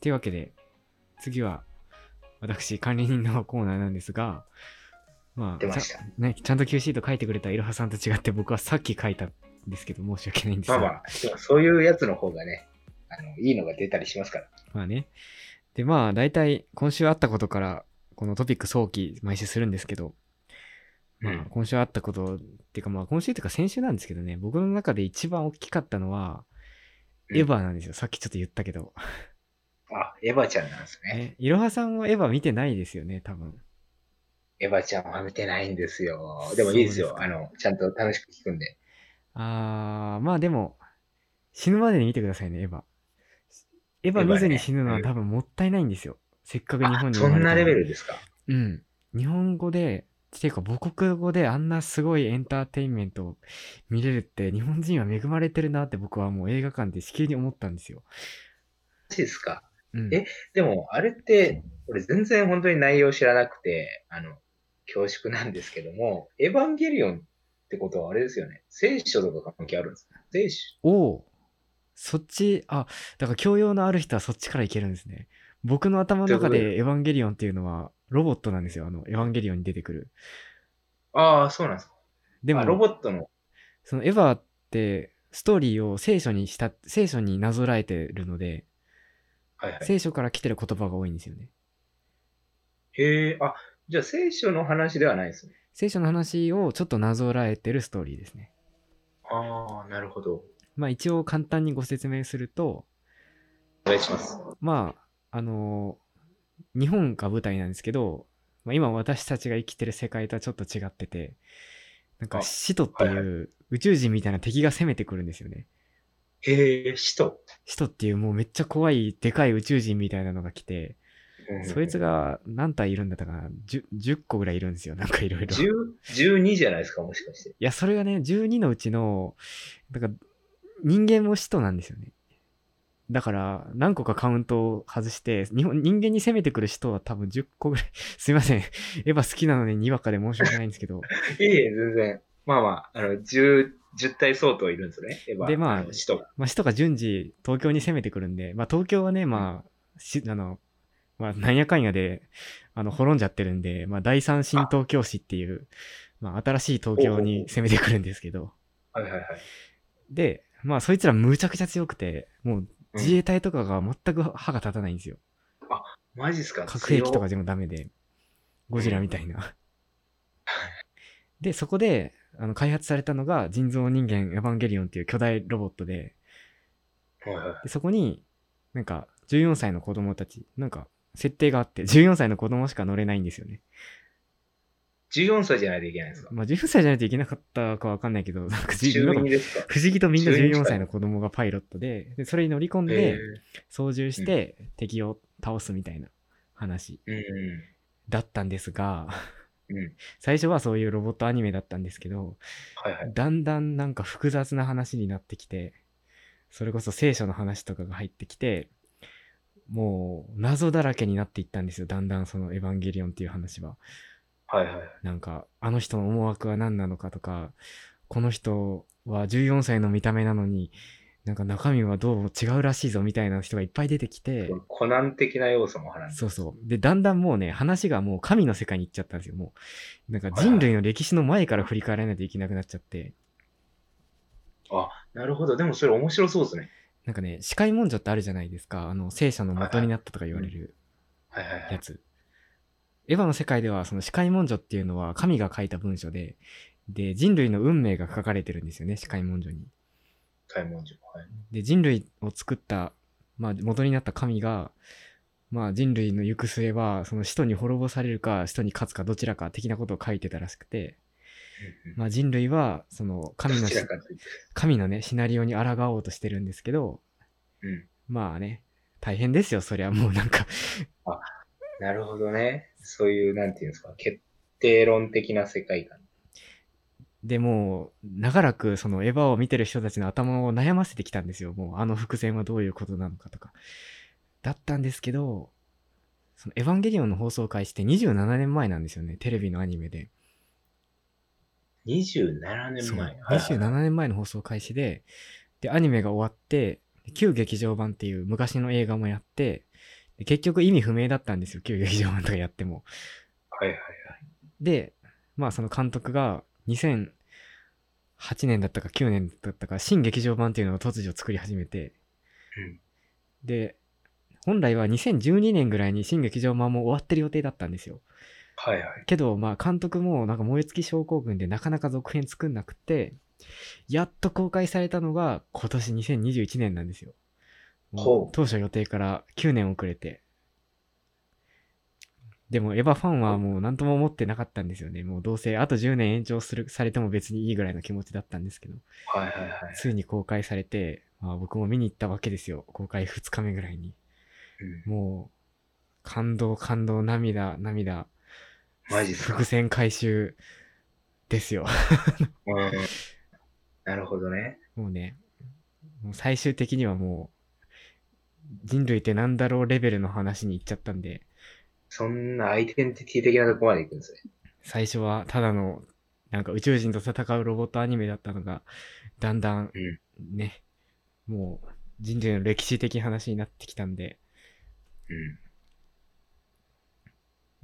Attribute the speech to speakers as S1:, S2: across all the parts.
S1: というわけで、次は、私、管理人のコーナーなんですが、ま
S2: 出
S1: あ、
S2: ま
S1: ち
S2: した。
S1: ゃ,、ね、ちゃんと Q シート書いてくれたいろはさんと違って、僕はさっき書いたんですけど、申し訳ないんです
S2: ま
S1: が。
S2: あまあ、でもそういうやつの方がね、あのいいのが出たりしますから。
S1: まあね。で、まあ、大体、今週あったことから、このトピック早期、毎週するんですけど、ま
S2: う
S1: あ
S2: ん、
S1: 今週あったこと、っていうか、まあ、今週っていうか、先週なんですけどね、僕の中で一番大きかったのは、
S2: うん
S1: エヴァなんですよ。さっきちょっと言ったけど。
S2: あ、エヴァちゃんなんですね。
S1: え、いろはさんはエヴァ見てないですよね、多分。
S2: エヴァちゃんは見てないんですよ。でもいいですよ。
S1: そうですか
S2: あの、ちゃんと楽しく聞くんで。
S1: あー、まあでも、死ぬまでに見てくださいね、エヴァ。エヴァ見ずに死ぬのは
S2: エヴァ
S1: 多分もったいないんですよ。せっかく日
S2: あ
S1: 本、に
S2: そ
S1: 生まれたの
S2: ん
S1: に
S2: なレベルですか。
S1: うん。日本語で、っていうか母国語であんなすごいエンターテインメントを見れるって日本人は恵まれてるなって僕はもう映画館でしきりに思ったんですよ。
S2: マジですか。
S1: うん、
S2: えでも、あれって、俺全然本当に内容知らなくて、あの、恐縮なんですけども、エヴァンゲリオンってことはあれですよね。聖書とか関係あるんですか聖書
S1: おうそっち、あ、だから教養のある人はそっちからいけるんですね。僕の頭の中
S2: どういう
S1: でエヴァンゲリオンっていうのはロボットなんですよ。あの、エヴァンゲリオンに出てくる。
S2: ああ、そうなんですか。
S1: でも、
S2: あロボットの。
S1: そのエヴァってストーリーを聖書にした、聖書になぞらえてるので、
S2: はいはい。
S1: 聖書から来てる言葉が多いんですよね。
S2: へえ、あ、じゃあ聖書の話ではないですね。
S1: 聖書の話をちょっとなぞらえてるストーリーですね。
S2: ああ、なるほど。
S1: まあ一応簡単にご説明すると、
S2: お願いします。
S1: まあ、あの日本が舞台なんですけど、まあ、今私たちが生きてる世界とはちょっと違ってて、なんか
S2: あ
S1: 使徒って
S2: はい
S1: いう宇宙人みたいな敵が攻めてくるんですよね。
S2: へえ、使徒。
S1: 使徒っていうもうめっちゃ怖いでかい宇宙人みたいなのが来て、そいつ
S2: が。
S1: が何体いるんだったかな 10, 10個ぐらいいるんですよ。なんかいろいろ。い
S2: 10 12じゃないですか、もしかして。
S1: や、それがね、12のうちの、だから人間も使徒なんですよね。だから、何個かカウントを外して、日本人間に攻めてくる人は多分10個ぐらい。すいません。エヴァ好きなのでにわかで申し訳ないんですけど。
S2: いえいえ、全然。まあまあ、あの、10、10体相当いるんですよね。エヴァ
S1: でまあ
S2: の使徒が。
S1: まあ、使徒が順次東京に攻めてくるんで、まあ、東京はね、まあ、しあの、まあ、なんやかんやで、あの、滅んじゃってるんで、まあ、第三新東京市っていう、まあ、新しい東京に攻めてくるんですけど。
S2: はいはいはい。
S1: で、まあ、そいつらむちゃくちゃ強くて、もう、
S2: うん
S1: 自衛隊とかが全く歯が立たないんですよ。
S2: マジっすか
S1: 核兵器とか
S2: 強
S1: でもダメで、ゴジラみたいな。で、そこで、あの、開発されたのが人造人間エヴァンゲリオンっていう巨大ロボットで、
S2: はいはいはい
S1: でそこに、なんか、14歳の子供たち、なんか、設定があって、14歳の子供しか乗れないんですよね。
S2: 14歳じゃないといけないんですか
S1: まあ、14歳じゃないといけなかったかわかんないけど、なんか、じ
S2: 中
S1: なんか
S2: 二ですか
S1: 不思議とみんな
S2: 12
S1: 14歳の子供がパイロットで、でそれに乗り込ん
S2: へ
S1: で、操縦して敵を倒すみたいな話
S2: えう
S1: だったんですが、
S2: ん。うん。
S1: 最初はそういうロボットアニメだったんですけど、
S2: はいはい。
S1: だんだんなんか複雑な話になってきて、それこそ聖書の話とかが入ってきて、もう謎だらけになっていったんですよ。だんだんそのエヴァンゲリオンっていう話は。
S2: はいはい。
S1: なんか、あの人の思惑は何なのかとか、この人は14歳の見た目なのに、なんか中身はどうも違うらしいぞみたいな人がいっぱい出てきて、
S2: コナン的な要素も話す。
S1: そうそう。で、だんだんもうね、話がもう神の世界に行っちゃったんですよ。もう、なんか人類の歴史の前から振り返らないといけなくなっちゃって、
S2: なるほど。でもそれ面白そうですね。
S1: なんかね、司会文書ってあるじゃないですか。あの、聖書の元になったとか言われる
S2: はいはいは
S1: や
S2: い。
S1: つ。エヴァの世界では、その司会文書っていうのは神が書いた文書で、で、人類の運命が書かれてるんですよね、司会文書に。
S2: 買い物中。はい
S1: で、人類を作った、まあ、元になった神が、まあ、人類の行く末は、その使徒に滅ぼされるか、使徒に勝つか、どちらか的なことを書いてたらしくて、まあ、人類は、その神の
S2: どち
S1: し、
S2: らかというと
S1: 神のね、シナリオに抗おうとしてるんですけど、
S2: うん。
S1: まあね、大変ですよ、そりゃもうなんか、
S2: なるほどね。そういう、なんていうんですか、決定論的な世界観。
S1: でもう、長らくそのエヴァを見てる人たちの頭を悩ませてきたんですよ、もう、あの伏線はどういうことなのかとか。だったんですけど、そのエヴァンゲリオンの放送開始って27年前なんですよね、テレビのアニメで。
S2: 27
S1: そ
S2: 年
S1: う、
S2: 前。はいはい
S1: 27年前の放送開始で、で、アニメが終わって、旧劇場版っていう昔の映画もやって、で結局意味不明だったんですよ、旧劇場版とかやっても。
S2: はいはい。
S1: で、まあその監督が2008年だったか9年だったか、新劇場版っていうのを突如作り始めて、
S2: うん
S1: で、本来は2012年ぐらいに新劇場版も終わってる予定だったんですよ。
S2: はいはい。
S1: けど、まあ監督もなんか燃え尽き症候群でなかなか続編作んなくて、やっと公開されたのが今年2021年なんですよ。
S2: ほう
S1: 当初予定から9年遅れて。でもエヴァファンはもう何とも思ってなかったんですよね。もうどうせあと10年延長する、されても別にいいぐらいの気持ちだったんですけど、
S2: はいはいはい。
S1: ついに公開されて、まあ、僕も見に行ったわけですよ。公開2日目ぐらいに。
S2: うん
S1: もう、感動、感動、涙、涙、
S2: マジっすか
S1: 伏線回収ですよ。
S2: うんなるほどね。
S1: もうね、もう最終的にはもう、人類ってなんだろうレベルの話に行っちゃったんで、
S2: そんなアイデンティティ的なとこまで行くんですね。
S1: 最初はただの、なんか宇宙人と戦うロボットアニメだったのが、だんだん
S2: うん、
S1: ね、もう人類の歴史的話になってきたんで、
S2: うん。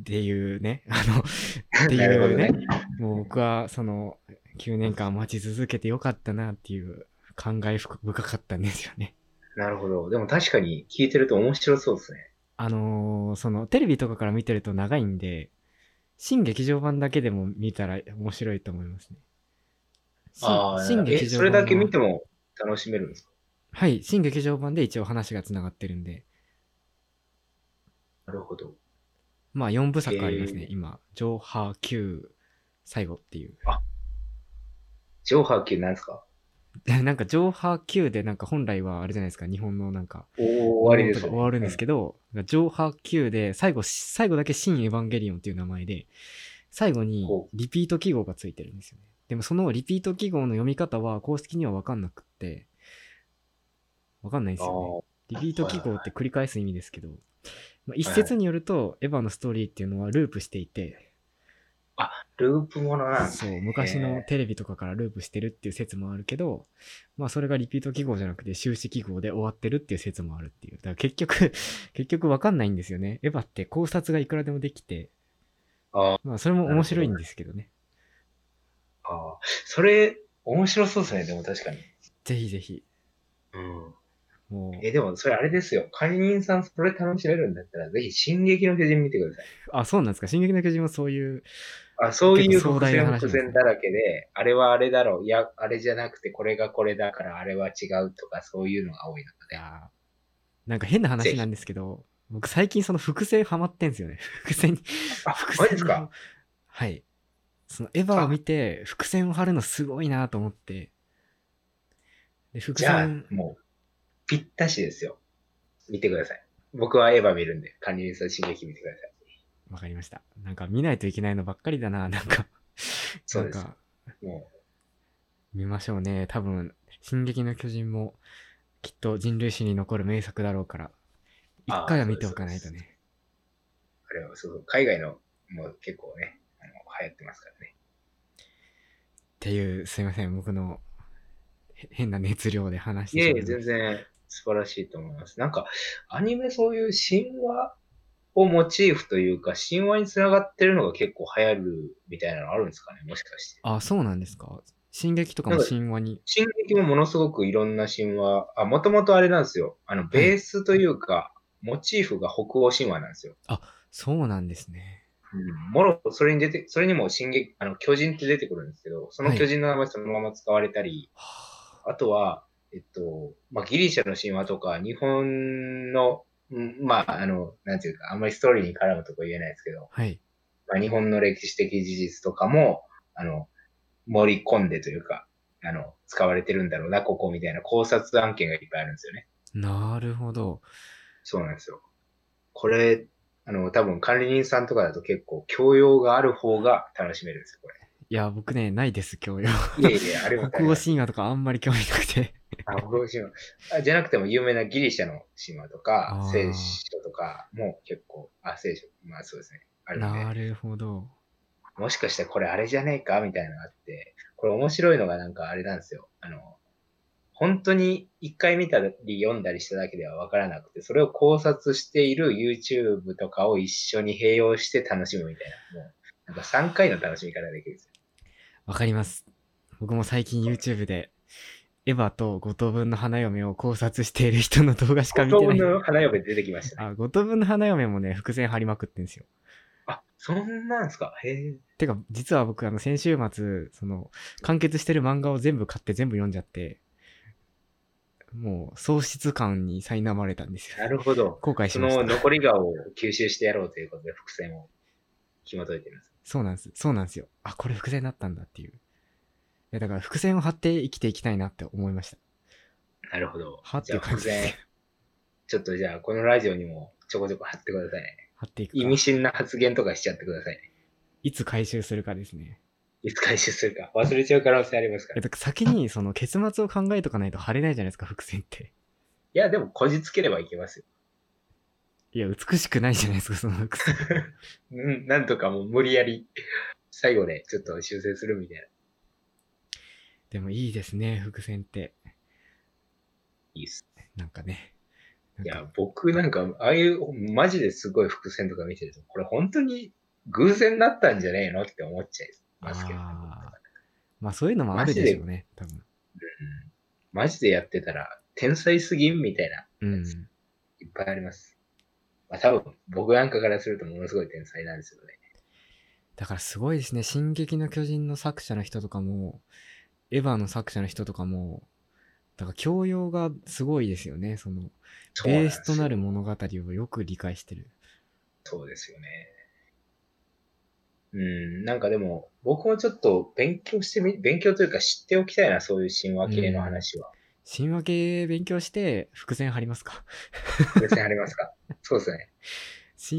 S1: っていうね、 あの、っていうね、もう僕はその9年間待ち続けてよかったなっていう感慨深かったんですよね。
S2: なるほど。でも確かに聞いてると面白そうですね。
S1: あのーそのテレビとかから見てると長いんで、新劇場版だけでも見たら面白いと思いますね。新
S2: ああ、
S1: 新劇
S2: え、
S1: 場版
S2: それだけ見て
S1: も
S2: も楽しめるんですか
S1: はい、新劇場版で一応話がつながってるんで、
S2: なるほど。
S1: まあ4部作ありますね、
S2: えー
S1: 今。上波9最後っていう。
S2: 上波級なんですか
S1: なんか上波9でなんか本来はあれじゃないですか、日本のなんか
S2: お終わりです、
S1: とか終わるんですけど、上波級で、最後、最後だけ新エヴァンゲリオンっていう名前で、最後に
S2: ほ
S1: リピート記号がついてるんですよね。でもそのリピート記号の読み方は公式には分かんなくって、分かんないんですよ
S2: ど。
S1: ね。リピート記号って繰り返す意味ですけど、まあ、一説によると、エヴァのストーリーっていうのはループしていて、
S2: ループものなんです
S1: そう、
S2: ね。
S1: 昔のテレビとかからループしてるっていう説もあるけど、まあそれがリピート記号じゃなくて終始記号で終わってるっていう説もあるっていう。だから結局、 結局わかんないんですよね。エヴァって考察がいくらでもできて、
S2: あ
S1: まあそれも面白いんですけどね。
S2: ああ、それ、面白そうですね、でも確かに。
S1: ぜひぜひ。
S2: うん。
S1: もう、
S2: え、でもそれあれですよ。管理人さん、それ楽しめるんだったら、ぜひ、進撃の巨人見てください。
S1: あ、そうなんですか。進撃の巨人もそういう、
S2: あそういう
S1: 結構壮
S2: 伏
S1: 大な
S2: 線
S1: 話
S2: 伏線だらけで、あれはあれだろう、いや、あれじゃなくて、これがこれだから、あれは違うとか、そういうのが多い中
S1: い
S2: で。
S1: やーなんか変な話なんですけど、僕最近その伏線ハマってんですよね。 伏線に。
S2: あ
S1: 伏、
S2: マ
S1: 線
S2: ジですか
S1: をはい。そのエヴァを見て、伏線を張るのすごいなと思って。で、伏
S2: じゃあ
S1: 線、、
S2: もう、ぴったしですよ。見てください。僕はエヴァ見るんで、管理人さん、進撃見てください。
S1: わかりました。なんか見ないといけないのばっかりだな、なんか。
S2: そうです
S1: なんか、
S2: もう、
S1: 見ましょうね。多分、進撃の巨人も、きっと人類史に残る名作だろうから、
S2: あー
S1: 一回は見ておかないとね。
S2: あれは、そうそう、海外の、もう結構ね、あの流行ってますからね。
S1: っていう、すいません、僕の、へ変な熱量で話し
S2: い
S1: てし
S2: え
S1: まい
S2: いえ、
S1: ました
S2: 全然素晴らしいと思います。なんか、アニメそういう神話をモチーフというか、神話につながってるのが結構流行るみたいなのあるんですかね、もしかして。
S1: あ、そうなんですか。進撃とかも
S2: なんか
S1: 神話に。
S2: 進撃もものすごくいろんな神話、あ、もともとあれなんですよ。あの、ベースというか、モチーフが北欧神話なんですよ。
S1: そうなんですね。
S2: もろ、それに出て、それにも進撃、あの、巨人って出てくるんですけど、その巨人の名前そのまま使われたり、
S1: は
S2: あとは、えっと、まあ、ギリシャの神話とか、日本の、うんまあ、あの、なんていうか、あんまりストーリーに絡むとこ言えないですけど、
S1: い。
S2: まあ、日本の歴史的事実とかも、あの、盛り込んでというか、あの、使われてるんだろうな、ここみたいな考察案件がいっぱいあるんですよね。
S1: なるほど。
S2: そうなんですよ。これ、あの、多分管理人さんとかだと結構教養がある方が楽しめるんですよ、こ
S1: いや、僕ね、ないです、教養。
S2: れ。いやいや、あれも
S1: 北欧神話とかあんまり興味なくて。
S2: あ北欧神話あじゃなくても有名なギリシャの神話と
S1: あ
S2: か
S1: ー、
S2: 聖書とかも結構、あ、聖書、まあそうですね。あるんで
S1: なるほど。
S2: もしかしてこれあれじゃねえかみたいなのがあって、これ面白いのがなんかあれなんですよ。あの、本当に一回見たり読んだりしただけではわからなくて、それを考察している YouTube とかを一緒に併用して楽しむみたいな。もう、なんか3回の楽しみ方ができるんですよ。
S1: わかります。僕も最近 YouTube で、エヴァと五等分の花嫁を考察している人の動画しか見
S2: 五
S1: て
S2: 等
S1: な
S2: 分
S1: い。
S2: の花嫁出てきましたね。
S1: あ、五等分の花嫁もね、伏線張りまくってんですよ。
S2: あ、そんなんすかへえ。
S1: てか、実は僕、あの、先週末、その、完結してる漫画を全部買って全部読んじゃって、もう、喪失感に苛まれたんです
S2: な
S1: よ。
S2: るほど。
S1: 後悔し
S2: そ
S1: ま
S2: の
S1: した。
S2: 残り顔を吸収してやろうということで、伏線を紐解いてるんです。
S1: そうなんです。そうなんですよ。あ、これ伏線だったんだっていう。いや、だから伏線を張って生きていきたいなって思いました。
S2: なるほど。
S1: 張っ
S2: じ
S1: てい
S2: ゃあ
S1: う感
S2: 伏
S1: じです
S2: 線
S1: ね。、
S2: ちょっとじゃあ、このラジオにもちょこちょこ貼ってくださいね。
S1: 張っていく
S2: 意
S1: か。
S2: 味深な発言とかしちゃってくださいね。
S1: いつ回収するかですね。
S2: いつ回収するか。忘れちゃう可能性ありますか
S1: え
S2: ら。
S1: だから先 にその結末を考えとかないと貼れないじゃないですか、伏線って。
S2: いや、でも、こじつければいけますよ。
S1: いや、美しくないじゃないですか、その伏線。
S2: うん、なんとかもう無理やり、最後でちょっと修正するみたいな。
S1: でもいいですね、伏線って。
S2: いいっす。
S1: なんかね。
S2: い
S1: なん
S2: や
S1: か、
S2: 僕なんか、ああいう、マジですごい伏線とか見てると、これ本当に偶然だったんじゃねえのって思っちゃいますけどね、
S1: あーまあそういうのもあるでしょうね、多分。
S2: うんマジでやってたら、天才すぎんみたいな、
S1: うん。
S2: いっぱいあります。まあ多分、僕なんかからするとものすごい天才なんですよね。
S1: だからすごいですね、進撃の巨人の作者の人とかも、エヴァの作者の人とかも、だから教養がすごいですよね、その、
S2: そうな
S1: ベ
S2: ん
S1: ー
S2: です
S1: ス
S2: よ
S1: となる物語をよく理解してる。
S2: そうですよね。うん、なんかでも、僕もちょっと勉強してみ、勉強というか知っておきたいな、そういう神話系の話は。
S1: 神話系勉強して、伏線張ります か
S2: 別にあります かそうですね。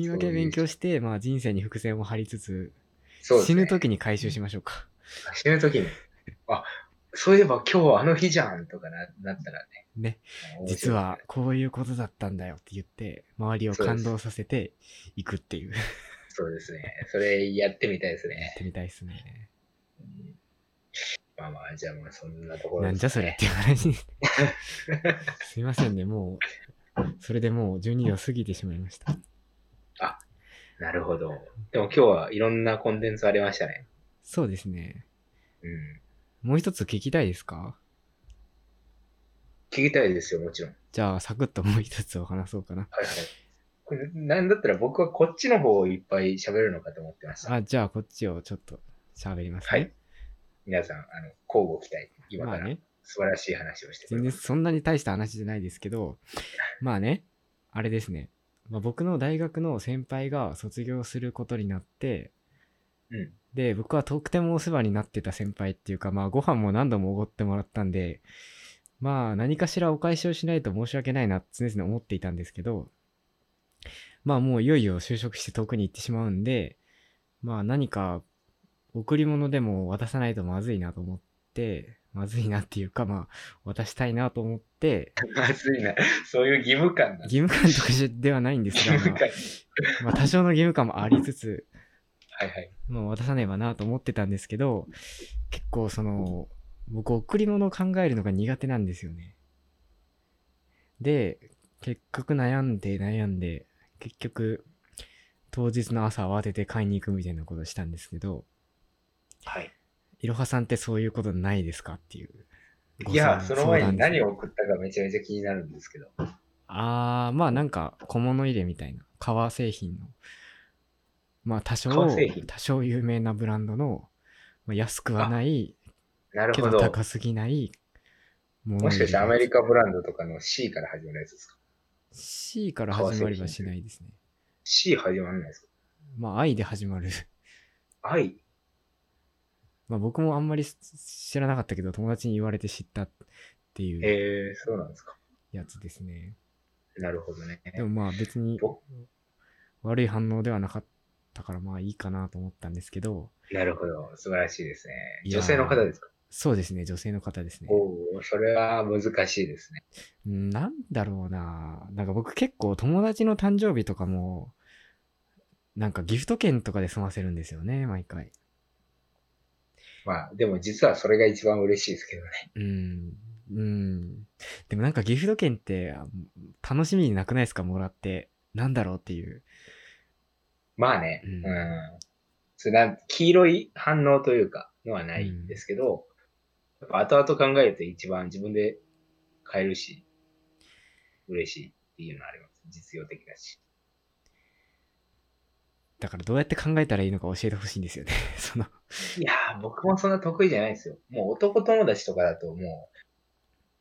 S1: 神話系勉強して、まあ人生に伏線を張りつつ、
S2: そうです
S1: 死
S2: ね。
S1: ぬ時に回収しましょうか。
S2: 死ぬ時に。あ、そういえば今日あの日じゃんとかななったらね。
S1: ね。
S2: 面白いです
S1: 実
S2: ね
S1: はこういうことだったんだよって言って、周りを感動させていくって いう。や
S2: そうですね。それやってみたいですね
S1: っ。てみたいですね。
S2: うんまあまあ、じゃあまあそんなところ
S1: なんじゃそれっていう話 ですね。すいませんね、もう、それでもう12秒過ぎてしまいました。
S2: なるほど。でも今日はいろんなコンテンツありましたね。
S1: そうですね。
S2: うん。
S1: もう一つ聞きたいですか
S2: 聞きたいですよ、もちろん。
S1: じゃあ、サクッともう一つを話そうかな。
S2: はいはい。これなんだったら僕はこっちの方をいっぱい喋るのかと思ってました。
S1: あ、じゃあこっちをちょっと喋ります
S2: は
S1: ね。
S2: い。皆さん、あの、交互期待。今
S1: ま
S2: か
S1: あ
S2: ら
S1: ね、
S2: 素晴らしい話をしてくれ
S1: 全然
S2: ます。
S1: そんなに大した話じゃないですけど、まあね、あれですね。まあ、僕の大学の先輩が卒業することになって、
S2: うん。
S1: で、僕はとってもお世話になってた先輩っていうか、まあご飯も何度もおごってもらったんで、まあ何かしらお返しをしないと申し訳ないな常々思っていたんですけど、まあもういよいよ就職して遠くに行ってしまうんで、まあ何か贈り物でも渡さないとまずいなと思って、まずいなっていうかまあ渡したいなと思って、
S2: まずいな。そういう義務感な。義
S1: 義務感とかじゃではないんですが、
S2: 務
S1: ま
S2: 感。
S1: あ、まあ多少の義務感もありつつ、
S2: はいはい。
S1: まあ、渡さねばなと思ってたんですけど結構その僕贈り物を考えるのが苦手なんですよねで結局悩んで悩んで結局当日の朝慌てて買いに行くみたいなことをしたんですけど
S2: はい。
S1: いろはさんってそういうことないですかっていう
S2: いや、
S1: ご
S2: そ
S1: 相
S2: の前
S1: 相談
S2: に
S1: です
S2: 何を送ったかめちゃめちゃ気になるんですけど。
S1: あーまあなんか小物入れみたいな革製品のまあ多少
S2: 革製品
S1: 多少有名なブランドの、まあ、安くはない
S2: なる
S1: け
S2: ほ
S1: ど
S2: ど。
S1: 高すぎないも
S2: もしかしてアメリ
S1: カ
S2: カブランドとかの C から始まるやつですか
S1: C から始まりはしないですね。
S2: ?C 始まらないですか
S1: まあ、愛で始まる。
S2: 愛
S1: まあ、僕もあんまり知らなかったけど、友達に言われて知ったっていう
S2: えー、そうなんですか。
S1: やつですね。
S2: なるほどね。
S1: でもまあ、別に
S2: ぼ
S1: 悪い反応ではなかったから、まあいいかなと思ったんですけど、
S2: なるほど。素晴らしいですね。
S1: いやー
S2: 女性の方ですか
S1: そうですね、女性の方ですね。
S2: おお、それは難しいですね。
S1: うんなんだろうな。なんか僕結構友達の誕生日とかも、なんかギフト券とかで済ませるんですよね、毎回。
S2: まあ、でも実はそれが一番嬉しいですけどね。
S1: うん。うん。でもなんかギフト券ってあ楽しみになくないですかもらって。なんだろうっていう。
S2: まあね、
S1: う
S2: うんん。それなん黄色い反応というか、のはないんですけど、やっぱ後々考えると一番自分で買えるし、嬉しいっていうのはあります。実用的だし。
S1: だからどうやって考えたらいいのか教えてほしいんですよね。 その、
S2: いやー、僕もそんな得意じゃないですよ。もう男友達とかだともう、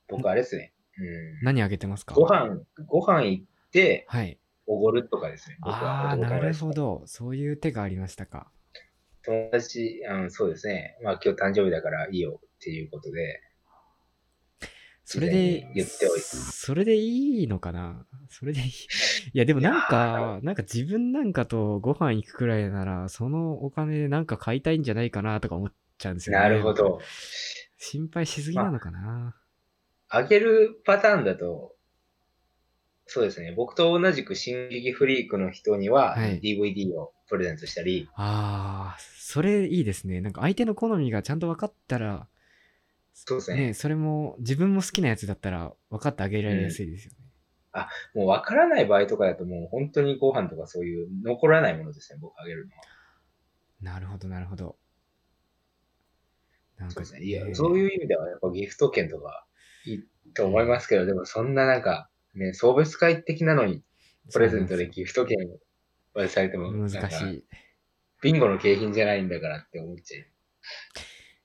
S2: 僕あれですね。うん。
S1: 何あげてますか
S2: ご飯、ご飯行って、
S1: はい。
S2: おごるとかですね。僕は
S1: ああー、
S2: 男
S1: な
S2: 友
S1: る
S2: 達
S1: ほど。そういう手がありましたか。
S2: 友達、うん、そうですね。まあ今日誕生日だからいいよっていうことで、
S1: それで
S2: 事前に、言っておいて
S1: それでいいのかなそれでいい。いや、でもなん
S2: い
S1: か、なんか自分なんかとご飯行くくらいなら、そのお金でなんか買いたいんじゃないかなとか思っちゃうんですよね。
S2: なるほ。ど。
S1: 心配しすぎなのかな、
S2: あげるパターンだと、そうですね。僕と同じく進撃フリークの人には
S1: はい
S2: DVD をプレゼントしたり、
S1: ああ、それいいですね。なんか相手の好みがちゃんと分かったら、
S2: そうですね
S1: ね、それも自分も好きなやつだったら分かってあげられやすいですよね。
S2: もうわからない場合とかだともう本当にご飯とかそういう残らないものですね、僕あげるのは。
S1: なるほど、なるほど。なん
S2: そう
S1: か、
S2: ですね。いや
S1: え、ー
S2: そういう意味ではやっぱギフト券とかいいと思いますけど、でもそんななんか、ね、送別会的なのにプレゼントでギフト券渡されても
S1: 難
S2: なんか
S1: しい。
S2: ビンゴの景品じゃないんだからって思っちゃう。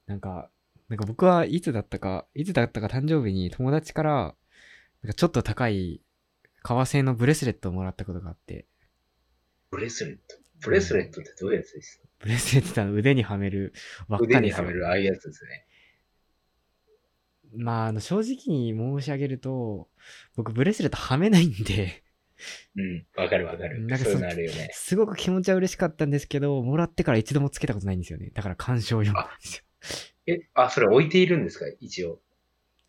S1: なんか、なんか僕はいつだったか、いつだったか誕生日に友達から、なんかちょっと高い革製のブレスレットをもらったことがあって、
S2: ブレスレット。ブレスレットってどういうやつですか、
S1: ブレスレットってあの腕にはめる輪っ
S2: 腕
S1: かで
S2: に
S1: す
S2: は
S1: よ
S2: め。るああいうやつですね。
S1: まあ、あの正直に申し上げると、僕ブレスレットはめないんで、
S2: うん、わかるわかる。
S1: なんか
S2: そういう
S1: そ
S2: のあるよね。
S1: すごく気持ちは嬉しかったんですけど、もらってから一度もつけたことないんですよね。だから鑑賞用なんですよ。
S2: え、あ、それ置いているんですか一応。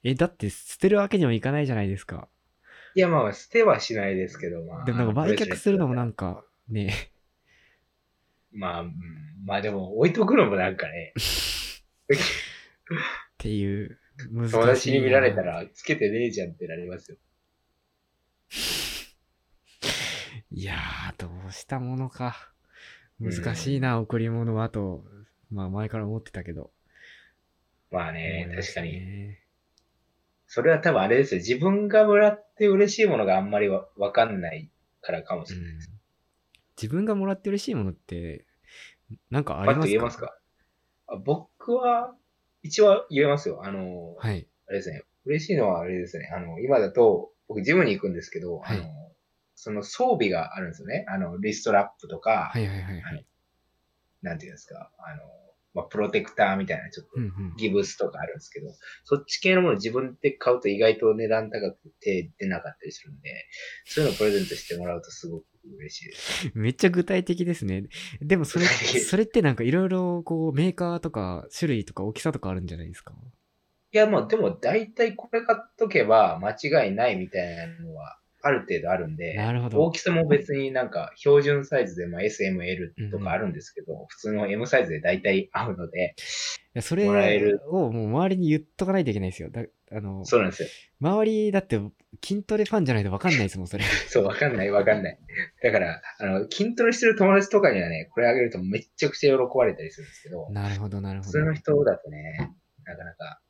S1: え、だって捨てるわけにもいかないじゃないですか。
S2: いや、まあ、捨てはしないですけど、まあ。
S1: でもなんか売却するのも
S2: ブレスレットだから
S1: なんか、ね、
S2: まあ、うんまあでも置いとくのもなんかね、
S1: っていう難しいな。
S2: 友達に見られたらつけてねえじゃんってなりますよ。
S1: いやー、どうしたものか。難しいな、贈り物はと、まあ前から思ってたけど。
S2: まあ
S1: 思い
S2: ね、
S1: まし
S2: 確か
S1: た
S2: に。
S1: ね。
S2: それは多分あれですよ。自分がもらって嬉しいものがあんまりわわかんないからかもし
S1: う
S2: れない
S1: ん
S2: です。
S1: 自分がもらって嬉しいものって、なんかあり
S2: パッ
S1: ま
S2: と
S1: す
S2: 言え
S1: か
S2: ますかあ僕は、一応言えますよ。あの、
S1: はい。
S2: あれですね。嬉しいのはあれですね。あの、今だと、僕ジムに行くんですけど、
S1: はい
S2: あの、その装備があるんですよね。あの、リストラップとか、
S1: はいはいはいはい。
S2: なんていうんですか、あの、まあ、プロテクターみたいな、ちょっと
S1: うんうん。
S2: ギブスとかあるんですけど、そっち系のもの自分で買うと意外と値段高くて出なかったりするんで、そういうのをプレゼントしてもらうとすごく嬉しいです。
S1: めっちゃ具体的ですね。でもそれ、
S2: 具体的
S1: それってなんかいろいろこうメーカーとか種類とか大きさとかあるんじゃないですか
S2: いや、まあでも大体これ買っとけば間違いないみたいなのはある程度あるんで、
S1: なるほど
S2: 大きさも別になんか標準サイズでまあ SML とかあるんですけど、普通の M サイズで大体合うので、
S1: いやそ
S2: もらえ
S1: れ
S2: る
S1: をもう周りに言っとかないといけないですよ。だあの、
S2: そうなんですよ。
S1: 周りだって筋トレファンじゃないと分かんないですもん、それ。
S2: そう、わかんない、わかんない。だから、あの、筋トレしてる友達とかにはね、これあげるとめっちゃくちゃ喜ばれたりするんですけど、
S1: なるほど、なる
S2: 普
S1: ほ
S2: 通
S1: ど
S2: の。人だとね、なかなか、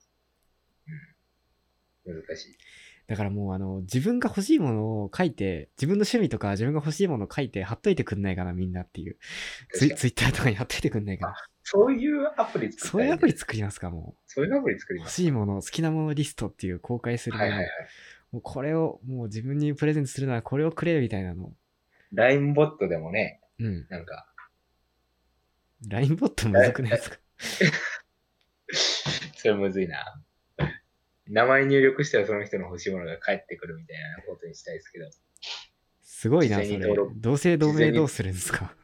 S2: うん、難しい。
S1: だからもうあの、自分が欲しいものを書いて、自分の趣味とか自分が欲しいものを書いて貼っといてくんないかな、みんなっていう。ツイ
S2: 確かに
S1: ツイッターとかに貼っといてくんないかな。
S2: そういうアプリ作
S1: そういうアプリ
S2: り
S1: 作りますか、もう。
S2: そういうアプリ作りま
S1: 欲
S2: す。
S1: しいもの、好きなものリストっていう公開するも
S2: は
S1: の。
S2: いはいはい。
S1: もうこれを、もう自分にプレゼントするならこれをくれ、みたいなの。
S2: LINE ボットでもね、
S1: うん。
S2: なんか、
S1: LINE ボットむずくないですか
S2: それむずいな。名前入力したらその人の欲しいものが返ってくるみたいなことにしたいですけど、
S1: すごいな、そ
S2: 事前に
S1: れ
S2: 登。録
S1: 同姓同
S2: 事
S1: 名
S2: 前に
S1: どうするんです か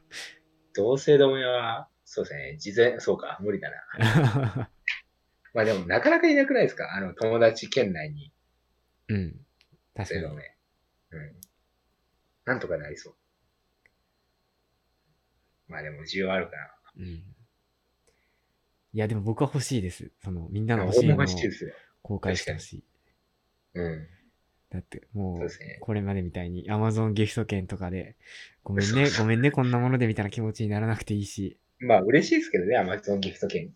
S2: 同姓同名は、そうですね、事前、そうか、無理だな。まあでも、なかなかいなくないですかあの、友達圏内に、
S1: うん。
S2: そ
S1: 確
S2: うい
S1: か
S2: うの
S1: に。
S2: ね。うん。なんとかなりそう。まあでも、需要あるか
S1: うん。いや、でも僕は欲しいです。その、みんな
S2: な。
S1: の
S2: まあ
S1: 欲し
S2: 俺
S1: い
S2: も
S1: ものを
S2: 欲しいですよ。
S1: 公開してほしい。
S2: うん。
S1: だって、も
S2: そう
S1: う
S2: で、すね。
S1: これまでみたいに Amazon ギフト券とかで、ごめんね、ごめんね、こんなものでみたいな気持ちにならなくていいし、
S2: まあ嬉しいですけどね、アマゾンギフト券。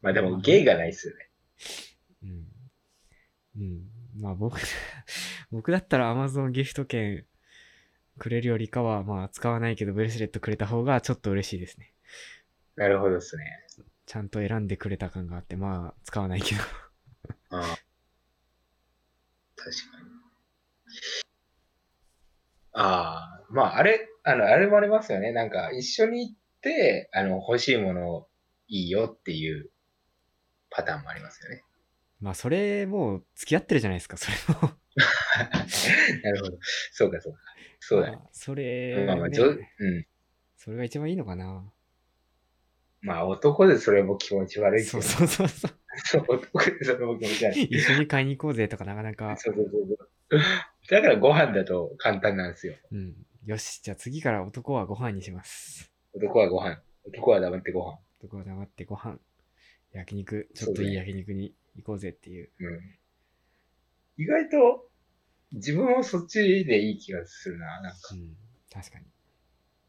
S2: まあでも芸がないっすよね。
S1: うん。うん。まあ僕、 僕だったら Amazon ギフト券くれるよりかは、まあ使わないけどブレスレットくれた方がちょっと嬉しいですね。
S2: なるほどですね。
S1: ちゃんと選んでくれた感があって、まあ使わないけど。
S2: ああ確かに。ああ、まああれ、あの、あれもありますよね。なんか一緒に行って、あの、欲しいものいいよっていうパターンもありますよね。
S1: まあそれもう付き合ってるじゃないですか、それも。
S2: なるほど。そうかそうか。そうだね。
S1: まあそれ、
S2: まあまあ、
S1: ね
S2: じょうん。
S1: それが一番いいのかな。
S2: まあ男でそれも気持ち悪いけ
S1: そう
S2: ど
S1: そう そうそう。
S2: そう、男でそれも気持ち悪い。
S1: 一緒に買いに行こうぜとかなかなか。
S2: そうそうそうそう。 だからご飯だと簡単なんですよ。
S1: うん。よし、じゃあ次から男はご飯にします。
S2: 男はご飯。男は黙ってご飯。
S1: 男は黙ってご飯、焼肉、ちょっと
S2: そう
S1: いい
S2: ね
S1: 焼肉に行こうぜっていう。
S2: うん。意外と、自分もそっちでいい気がするな。なんか、
S1: うん。確かに。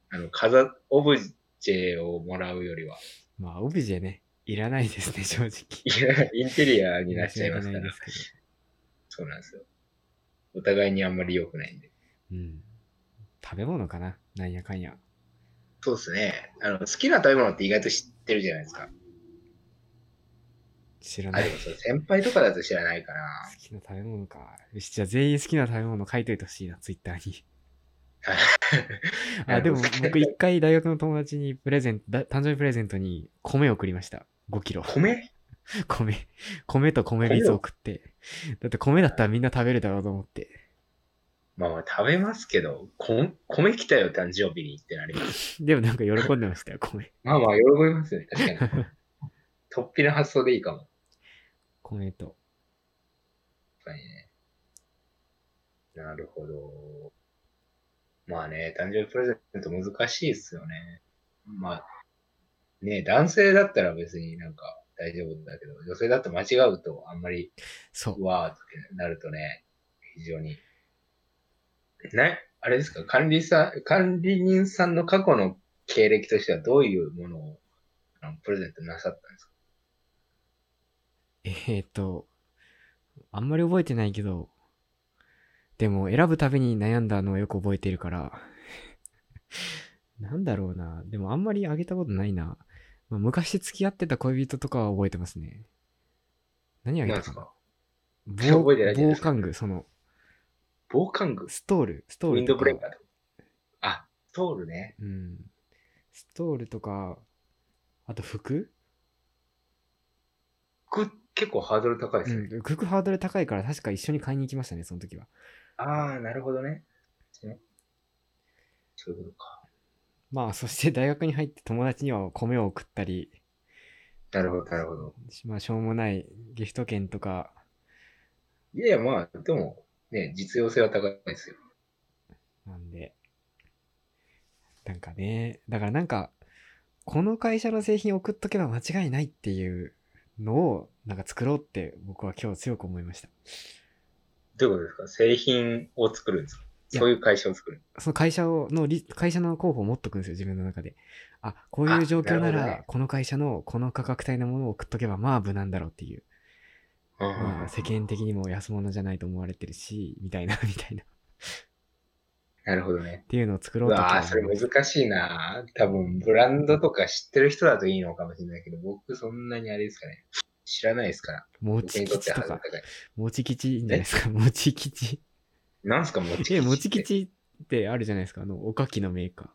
S2: あの、飾、オブジェをもらうよりは。
S1: まあ、オブジェね、いらないですね、正直。
S2: いやインテリアになっ ちゃいます
S1: 申し訳
S2: か
S1: な
S2: ら
S1: で。すけ
S2: そうなんですよ。お互いにあんまり良くないんで。
S1: ど。うん。食べ物かな、なんやかんや。
S2: そうですね。あの、好きな食べ物って意外と知ってるじゃないですか。
S1: 知ら
S2: あ、
S1: ない。
S2: で
S1: 好
S2: もそう、先輩とかだと知らないかな。
S1: きな食べ物か。よし、じゃあ全員好きな食べ物書いといてほしいな、ツイッター に。あでも僕一回大学の友達にプレゼント、だ誕生日プレゼントに米を送りました。5キロ。
S2: 米
S1: 米、米と米ビツを食って。だって米だったらみんな食べるだろうと思って。
S2: まあまあ食べますけど、こ米来たよ、誕生日にってなります。
S1: でもなんか喜んでましたよ、米。
S2: まあまあ、喜びますね。確か に。突飛な発想でいいかも。
S1: 米と。
S2: 確かにね。なるほど。まあね、誕生日プレゼント難しいですよね。まあ、ね、男性だったら別になんか大丈夫だけど、女性だと間違うとあんまり、
S1: そう。
S2: わーってなるとね、非常に。ね、あれですか、管理さん、管理人さんの過去の経歴としてはどういうものをあのプレゼントなさったんですか
S1: えーっと、あんまり覚えてないけど、でも選ぶたびに悩んだのをよく覚えてるから。 なんだろうな。でもあんまりあげたことないな。まあ、昔付き合ってた恋人とかは覚えてますね。何あげ
S2: 何
S1: たか
S2: です
S1: な
S2: か
S1: 防
S2: 覚えてないじゃな
S1: 防
S2: いですか
S1: 寒具、その、
S2: 防寒具
S1: ストール、ストー
S2: ウィ
S1: ル
S2: ンド
S1: と
S2: ブ
S1: か。
S2: レーカーとかあ、トールね。
S1: うん。ストールとか、あと服、
S2: 服結構ハードル高いですね。
S1: うん。服ハードル高いから確か一緒に買いに行きましたね、その時は。
S2: ああ、なるほどね。そういうことか。
S1: まあ、そして大学に入って友達には米を送ったり、
S2: なるほど、なるほど。
S1: まあ、しょうもないギフト券とか、
S2: いやいや、まあ、でも、ね、実用性は高いですよ。
S1: なんで。なんかね、だからなんか、この会社の製品送っとけば間違いないっていうのを、なんか作ろうって僕は今日強く思いました。
S2: どういうことですか製品を作るんですか
S1: いや
S2: そういう会社を作る。
S1: その会社をのリ、会社の候補を持っとくんですよ、自分の中で。あ、こういう状況な
S2: あなるほ
S1: ら、
S2: どね
S1: この会社のこの価格帯のものを送っとけば、まあ無難だろうっていう。ま
S2: あ
S1: あ
S2: あ
S1: 世間的にも安物じゃないと思われてるし、みたいな、みたいな。っ
S2: なるほどね。
S1: ていうのを作
S2: う
S1: ろうと
S2: わあ、
S1: 今日
S2: そ
S1: 思
S2: れ
S1: いました
S2: 難しいな。多分、ブランドとか知ってる人だといいのかもしれないけど、僕そんなにあれですかね。知らないですから。
S1: も
S2: 僕
S1: ち
S2: にと
S1: き
S2: って
S1: ち
S2: は
S1: と
S2: ハードル
S1: か、
S2: 高い。
S1: もちきちいいんじゃないですか、もちきち。
S2: なんすか、もち吉
S1: え、
S2: って
S1: もちきちってあるじゃないですか、あの、おかきのメーカー。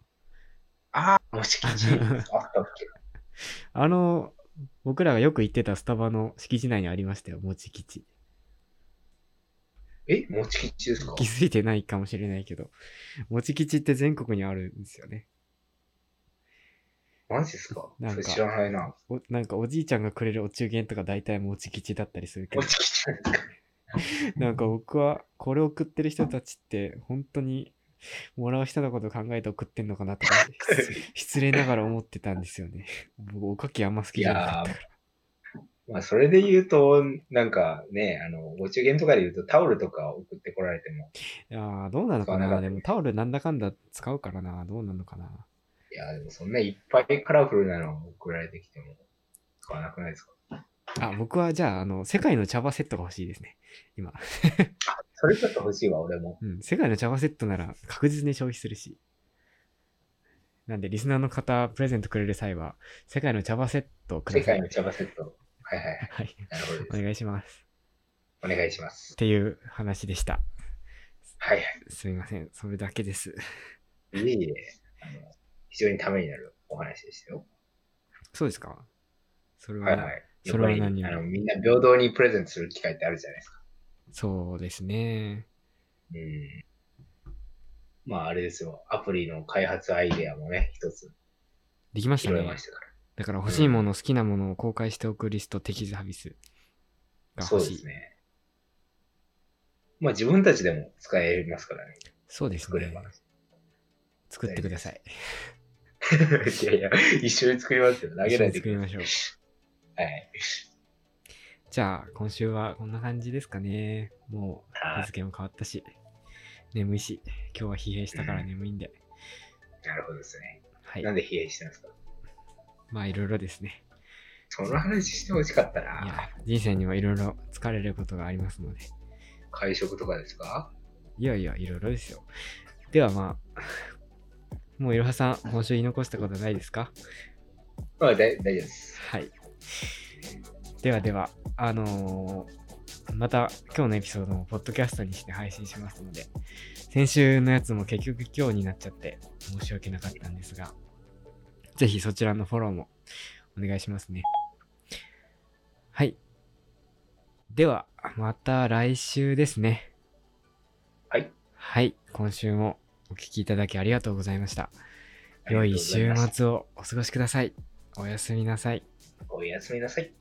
S2: ああ、もち吉。 あったっけ
S1: あの、僕らがよく行ってたスタバの敷地内にありましたよ、もちきち。
S2: え、もち吉ですか
S1: 気づいてないかもしれないけど、もちきちって全国にあるんですよね。
S2: マジですか
S1: なん
S2: そ
S1: か
S2: れ知らないな。
S1: おなんかおじいちゃんがくれるお中元とか大体もちきちだったりするけ
S2: も
S1: ど、
S2: ち吉なんですか
S1: なんか僕はこれ送ってる人たちって本当にもらう人のこと考えて送ってんのかなとか、失失礼ながら思ってたんですよね。僕おかきあんま好き
S2: い
S1: じゃなか
S2: や
S1: った
S2: ー
S1: から。
S2: まあ、それで言うと、なんかね、あの、お中元とかで言うとタオルとか送ってこられても、
S1: いやーどうなのか
S2: 使わなかっ
S1: な
S2: た
S1: でもタオルなんだかんだ使うからな。どうなのかな。
S2: いや、でもそんないっぱいカラフルなの送られてきても、使わなくないですか
S1: あ、僕はじゃあ、あの、世界の茶葉セットが欲しいですね。今。
S2: それちょっと欲しいわ、俺も。
S1: うん。世界の茶葉セットなら確実に消費するし。なんで、リスナーの方、プレゼントくれる際は、世界の茶葉セットをく
S2: 世
S1: ださい。
S2: 界の茶葉セット。はいはいはい。
S1: はい。
S2: なるほど
S1: お
S2: です。
S1: 願いします。
S2: お願いします
S1: っ。ていう話でした。
S2: はいはい。
S1: すみません。それだけです。
S2: いえいえ、あの非常にためになるお話でしたよ。
S1: そうですかそれは、
S2: はいはい。
S1: そ
S2: やっ
S1: れ
S2: ぱ
S1: は
S2: り
S1: 何
S2: あのみんな平等にプレゼントする機会ってあるじゃないですか。
S1: そうですね。
S2: うん。まああれですよ。アプリの開発アイデアもね、一つ
S1: できました
S2: 拾
S1: ね。
S2: えましたから。
S1: だから欲しいもの、好きなものを公開しておくリスト的サービスが
S2: そ
S1: 欲
S2: う
S1: しい。
S2: ですね。まあ自分たちでも使えますからね。
S1: そうです
S2: 作れ
S1: ね
S2: ば。。
S1: 作ってください。
S2: いやいや、一緒に作りますよ。投げな
S1: 一緒
S2: いで
S1: に作
S2: く
S1: り
S2: ださ
S1: ま
S2: い。
S1: しょう。
S2: はい。
S1: じゃあ、今週はこんな感じですかね。もう
S2: はい
S1: 日付も変わったし、眠いし、今日は疲弊したから眠いんで、
S2: なるほどですね。
S1: はい
S2: な。んで疲弊してるんですか
S1: まあ、いろいろですね。
S2: その話してほしかった
S1: いや
S2: な。、
S1: 人生にはいろいろ疲れることがありますので、
S2: 会食とかですか
S1: いやいや、いろいろですよ。ではまあ、 もういろはさん、今週言い残したことないですか
S2: まあ、だい大丈夫です。
S1: はい。ではでは、あのーまた今日のエピソードもポッドキャストにして配信しますので、先週のやつも結局今日になっちゃって申し訳なかったんですが、ぜひそちらのフォローもお願いしますね。はい。では、また来週ですね。
S2: はい。
S1: はい。今週もお聞きいただきありがとうございました。
S2: あり
S1: 良
S2: がとうご
S1: い
S2: ざい
S1: 週
S2: ます
S1: 末をお過ごしください。おやすみなさい。
S2: おやすみなさい。